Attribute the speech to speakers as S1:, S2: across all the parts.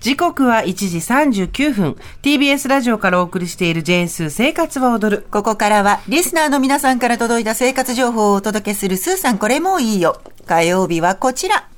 S1: 時刻は1時39分。TBS ラジオからお送りしているジェーンスー生活は踊る。
S2: ここからは、リスナーの皆さんから届いた生活情報をお届けする、スーさんこれもいいよ。火曜日はこちら。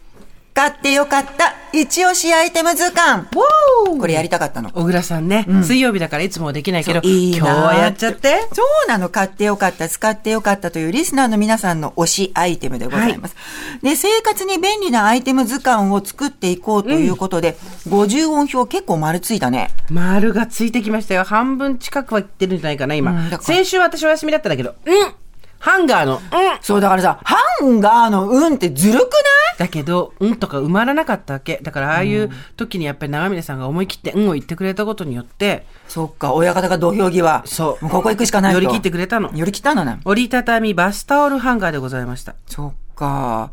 S2: 買ってよかった、一押しアイテム図鑑。これやりたかったの。
S1: 小倉さんね、水曜日だからいつもできないけど、
S2: そういいな
S1: 今日はやっちゃって。
S2: そうなの、買ってよかった、使ってよかったというリスナーの皆さんの推しアイテムでございます。で、生活に便利なアイテム図鑑を作っていこうということで、50音表結構丸ついたね。
S1: 丸がついてきましたよ。半分近くはいってるんじゃないかな、今。
S2: んだから
S1: 先週私お休みだったんだけど、うんハンガーの、うん
S2: そう、だからさ、ハンガーの運ってずるくない
S1: だけど、うんとか埋まらなかったわけ。だから、ああいう時にやっぱり長峰さんが思い切って、うんを言ってくれたことによって、
S2: そっか、親方が土俵際。
S1: そう
S2: もうここ行くしかないと。
S1: 寄り切ってくれたの
S2: 寄り切ったのね。
S1: 折りたたみバスタオルハンガーでございました。
S2: そっか、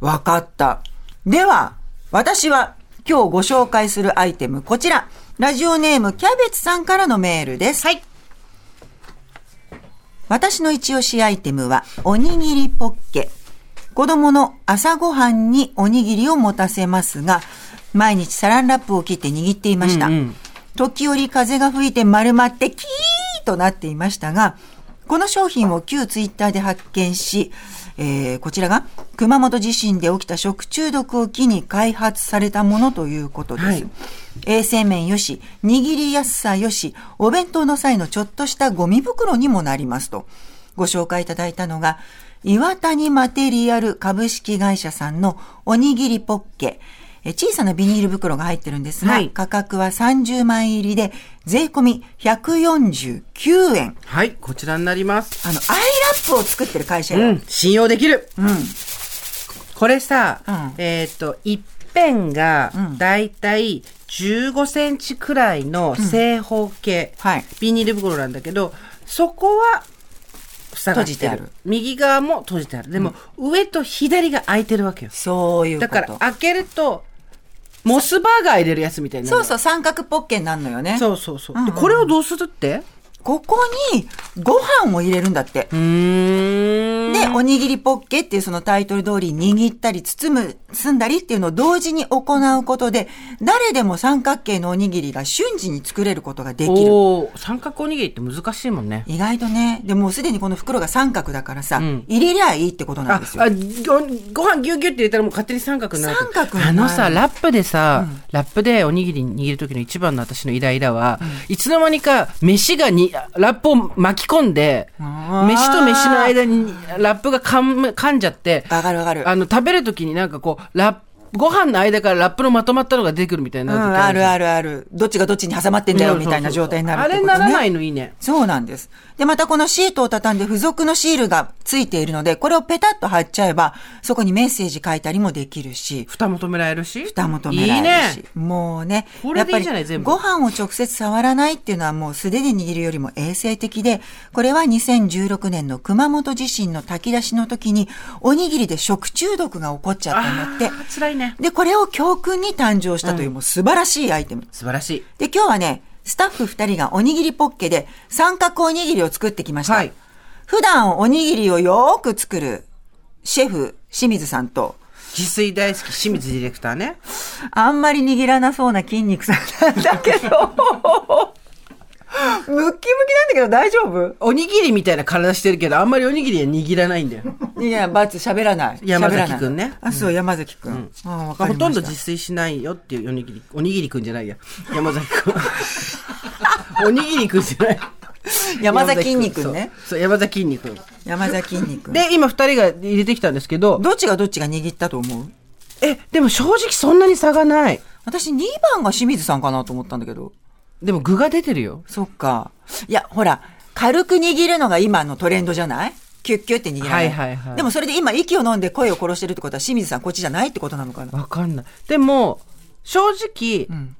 S2: わかった。では、私は今日ご紹介するアイテム、こちら。ラジオネーム、キャベツさんからのメールです。はい。私の一押しアイテムは、おにぎりポッケ。子供の朝ごはんにおにぎりを持たせますが、毎日サランラップを切って握っていました。
S1: うんうん
S2: 時折風が吹いて丸まってキーとなっていましたが、この商品を旧ツイッターで発見し、えーこちらが熊本地震で起きた食中毒を機に開発されたものということです。
S1: はい
S2: 衛生面よし、握りやすさよし、お弁当の際のちょっとしたゴミ袋にもなりますと、ご紹介いただいたのが、岩谷マテリアル株式会社さんのおにぎりポッケ。え小さなビニール袋が入ってるんですが、
S1: はい
S2: 価格は30枚入りで、税込み149円。
S1: はい、こちらになります。
S2: あの、アイラップを作ってる会社よ。
S1: うん、信用できる。
S2: うん。
S1: これさ、
S2: うん
S1: えーっと、一辺が
S2: うん、
S1: だいたい15センチくらいの正方形、
S2: はい
S1: ビニール袋なんだけど、そこは、塞がって
S2: 閉じてある
S1: 右側も閉じてある。でも、上と左が空いてるわけよ。
S2: そういうこ
S1: だ
S2: と。
S1: から、開けると、モスバーガー入れるやつみたいになる
S2: そう
S1: の
S2: そう、三角ポッケになるのよね。
S1: そうそうそう。
S2: うんう
S1: で
S2: ん
S1: これをどうするって
S2: ここにご飯を入れるんだって。
S1: うーん。
S2: で、おにぎりポッケっていうそのタイトル通り握ったり包む、包んだりっていうのを同時に行うことで、誰でも三角形のおにぎりが瞬時に作れることができる。
S1: おー三角おにぎりって難しいもんね。
S2: 意外とね、でもうすでにこの袋が三角だからさ、
S1: ん
S2: 入れりゃいいってことな
S1: あ
S2: んですよ。
S1: あごご飯ぎゅうぎゅうって入れたらもう勝手に三角になる
S2: 三角になる
S1: あのさラップでさ、ラップでおにぎり握る時の一番の私のイライラは、いつの間にか飯がにラップを巻き込んで
S2: あー
S1: 飯と飯の間にラップが噛む噛んじゃって
S2: わかるわかる。
S1: あの食べる時になんかこうラップご飯の間からラップのまとまったのが出てくるみたいな
S2: う
S1: 時
S2: ん、あ
S1: じゃん
S2: るあるある。どっちがどっちに挟まってんだよみたいな状態になるってこと、ね。
S1: あれならないのいいね。
S2: そうなんです。で、またこのシートを畳んで付属のシールがついているので、これをペタッと貼っちゃえば、そこにメッセージ書いたりもできるし、
S1: 蓋も止められるし。
S2: 蓋も止められるし。
S1: いいね。
S2: もうね。
S1: これでいいじゃない
S2: やっ
S1: 全
S2: ぱり
S1: 部
S2: ご飯を直接触らないっていうのはもう素手で握るよりも衛生的で、これは2016年の熊本地震の炊き出しの時に、おにぎりで食中毒が起こっちゃったんだ
S1: あ
S2: って。
S1: ー辛いね。
S2: で、これを教訓に誕生したという、もう素晴らしいアイテム。
S1: 素晴らしい。
S2: で、今日はね、スタッフ2人がおにぎりポッケで三角おにぎりを作ってきました。
S1: はい
S2: 普段おにぎりをよーく作るシェフ清水さんと、
S1: 自炊大好き清水ディレクターね。
S2: あんまり握らなそうな筋肉さんなんだけど、ムッキムキなんだけど大丈夫
S1: おにぎりみたいな体してるけど、あんまりおにぎりは握らないんだよ。
S2: いや、バツ喋らない。
S1: 山崎
S2: 喋らない
S1: くんね
S2: あ、そう、山崎くん。あーわかり
S1: ほ
S2: ま
S1: と
S2: した
S1: んど自炊しないよっていうおにぎり、おにぎりくんじゃないや。山崎くん。おにぎりくんじゃない。
S2: 山崎筋肉ね。
S1: そう。そう、山崎筋肉。
S2: 山崎筋肉。
S1: で、今二人が入れてきたんですけど、
S2: どっちがどっちが握ったと思う
S1: え、でも正直そんなに差がない。
S2: 私2番が清水さんかなと思ったんだけど。
S1: でも具が出てるよ。
S2: そっか。いや、ほら、軽く握るのが今のトレンドじゃないキュッキュッって握らない。
S1: はいはいはい
S2: でもそれで今息を飲んで声を殺してるってことは清水さんこっちじゃないってことなのかな。
S1: わかんない。でも、正直、
S2: ん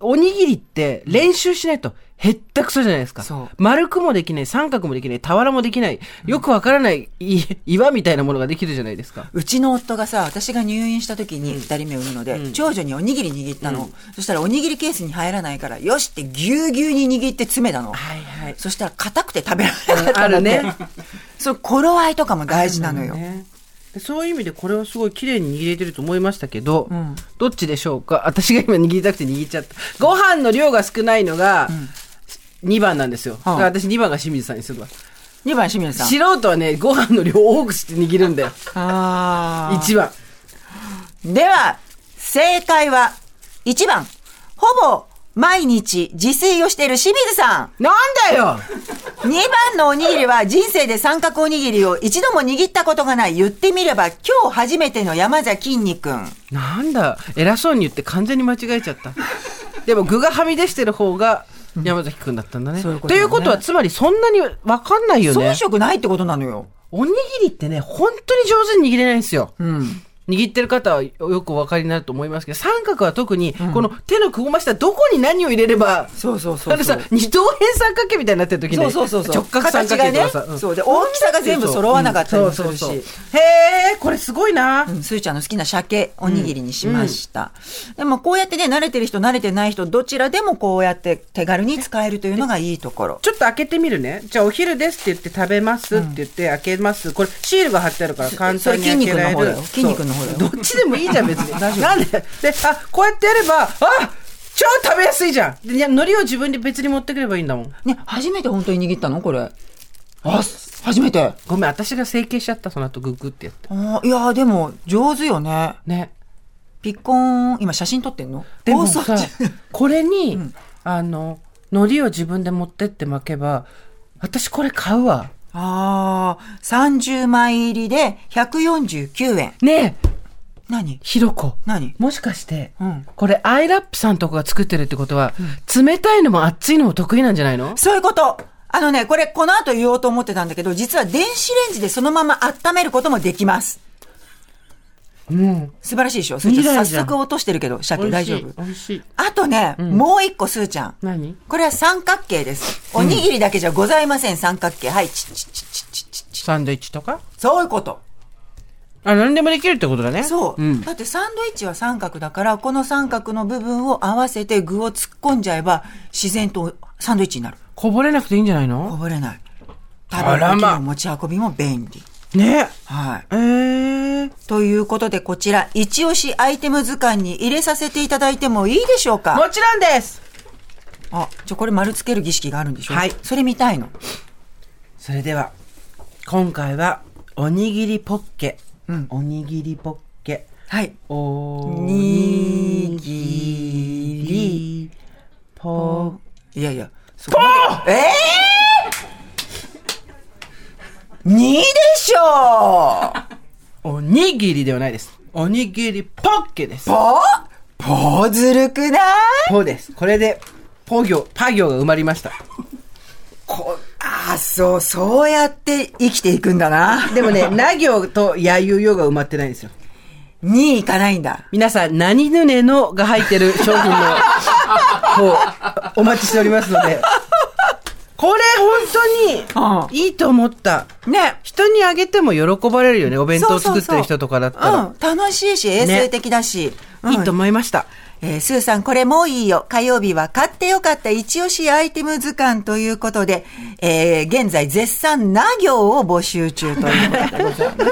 S1: おにぎりって練習しないとへったくそじゃないですか。
S2: そう
S1: 丸くもできない、三角もできない、俵もできない、よくわからないい岩みたいなものができるじゃないですか。
S2: うちの夫がさ、私が入院した時に二人目を産むので、長女におにぎり握ったの、そしたらおにぎりケースに入らないから、よしってぎゅうぎゅうに握って詰めたの。
S1: はいはい。
S2: そしたら硬くて食べられなかった
S1: あ
S2: んだ
S1: る
S2: って。
S1: ね。
S2: そう、頃合いとかも大事なのよ。
S1: ねでそういう意味でこれはすごい綺麗に握れてると思いましたけど、
S2: うん
S1: どっちでしょうか私が今握りたくて握っちゃったご飯の量が少ないのが2番なんですよ、
S2: はあ
S1: だから私2番が清水さんにするわ
S2: 2番清水さん。
S1: 素人はねご飯の量を多くして握るん だよ
S2: あ
S1: 1番
S2: ーでは、正解は、1番。ほぼ、毎日自炊をしている清水さん。
S1: なんだよ
S2: 2番のおにぎりは人生で三角おにぎりを一度も握ったことがない言ってみれば今日初めての山崎きんに君。
S1: なんだ偉そうに言って完全に間違えちゃったでも具がはみ出してる方が山崎くんだったんだね,、
S2: そういうこととだね
S1: いうことはつまりそんなに分かんないよ
S2: 遜
S1: ね
S2: 色ないってことなのよ。
S1: おにぎりってね本当に上手に握れないんですよ、
S2: うん。
S1: 握ってる方はよくお分かりになると思いますけど三角は特にこの手のくぼましたどこに何を入れれば
S2: そうそうそ
S1: あ
S2: う
S1: の
S2: そ
S1: さ
S2: う。
S1: 二等辺三角形みたいになってる時ね
S2: そうそうそうそう
S1: 直角三角形
S2: 形が
S1: とか
S2: ね
S1: さ、うん
S2: そうで大きさが全部揃わなかったりもするし
S1: そうそうそうへえこれすごいな、
S2: うんスーちゃんの好きな鮭おにぎりにしました。でもこうやってね、慣れてる人、慣れてない人、どちらでもこうやって手軽に使えるというのがいいところ。
S1: ちょっと開けてみるね。じゃあお昼ですって言って食べますって言って開けます。これシールが貼ってあるから簡単に開けられる。
S2: それ筋肉の方だよ筋肉の方だよ
S1: そうどっちでもいいじゃん別 に。なんでで、あ、こうやってやれば、あ超食べやすいじゃんでいや海苔を自分で別に持ってくればいいんだもん。
S2: ね、初めて本当に握ったのこれ。あ、す初めて。
S1: ごめん、私が整形しちゃった、その後ググってやって。
S2: あーいやーでも上手よね。
S1: ね。
S2: ピッコーン、今写真撮ってんの
S1: でも
S2: 放送
S1: さ
S2: 中
S1: これに、あの海苔を自分で持ってって巻けば私これ買うわ
S2: ああ、30枚入りで149円。
S1: ねえ
S2: 何
S1: ひろこ
S2: 何
S1: もしかして、
S2: うん
S1: これアイラップさんとかが作ってるってことは、冷たいのも熱いのも得意なんじゃないの
S2: そういうこと。あのね、これこの後言おうと思ってたんだけど、実は電子レンジでそのまま温めることもできます。
S1: うん
S2: 素晴らしいでしょスーちゃん
S1: 未来じゃん
S2: 早速落としてるけど、鮭大丈夫
S1: 美味しい
S2: あとね、もう一個スーちゃん。
S1: 何
S2: これは三角形です。おにぎりだけじゃございません、三角形。はい、チッチッチッチッチッチッチッ
S1: サンドイッチとか
S2: そういうこと。
S1: あ何でもできるってことだね
S2: そう、
S1: ん
S2: だってサンドイッチは三角だから、この三角の部分を合わせて具を突っ込んじゃえば、自然とサンドイッチになる。
S1: こぼれなくていいんじゃない
S2: こ
S1: の
S2: ぼれない。食べ
S1: あ
S2: る
S1: ら
S2: 時
S1: ま
S2: の持ち運びも便利。
S1: ね
S2: はい。
S1: えー、
S2: ということで、こちら、一押しアイテム図鑑に入れさせていただいてもいいでしょうか
S1: もちろんです
S2: あ、じゃあこれ丸つける儀式があるんでしょ
S1: はい
S2: それ見たいの。
S1: それでは今回はおにぎりポッケ、おにぎりポッケ
S2: はい。
S1: お
S2: に
S1: ぎりポッ
S2: いやいや、そこまで。ええー、!2 でしょ う
S1: おにぎりではないですおにぎりポッケです
S2: ポポずるくない
S1: ポですこれでポ行パ行が埋まりました
S2: こああ、そう、そうやって生きていくんだな。
S1: でも ねな行とやゆよが埋まってないんですよ
S2: にいかないんだ。
S1: 皆さん何ぬねのが入ってる商品の 方お待ちしておりますのでこれ本当にいいと思った
S2: ね。
S1: 人にあげても喜ばれるよねお弁当作ってる人とかだったら
S2: うん、楽しいし、衛生的だし。うん
S1: いいと思いました、
S2: えースーさん、これもういいよ。火曜日は買ってよかった一押しアイテム図鑑ということで、えー現在絶賛な行を募集中ということでございます。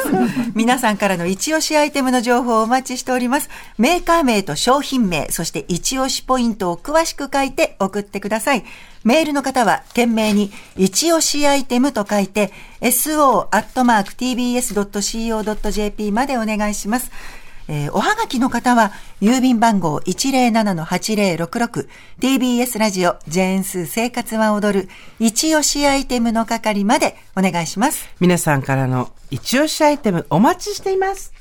S2: 皆さんからの一押しアイテムの情報をお待ちしております。メーカー名と商品名、そして一押しポイントを詳しく書いて送ってください。メールの方は、懸命に、一押しアイテムと書いて、so.tbs.co.jp までお願いします。えーおはがきの方は、郵便番号 107-8066TBS ラジオジェーンスー生活は踊る一押しアイテムの係までお願いします。
S1: 皆さんからの一押しアイテムお待ちしています。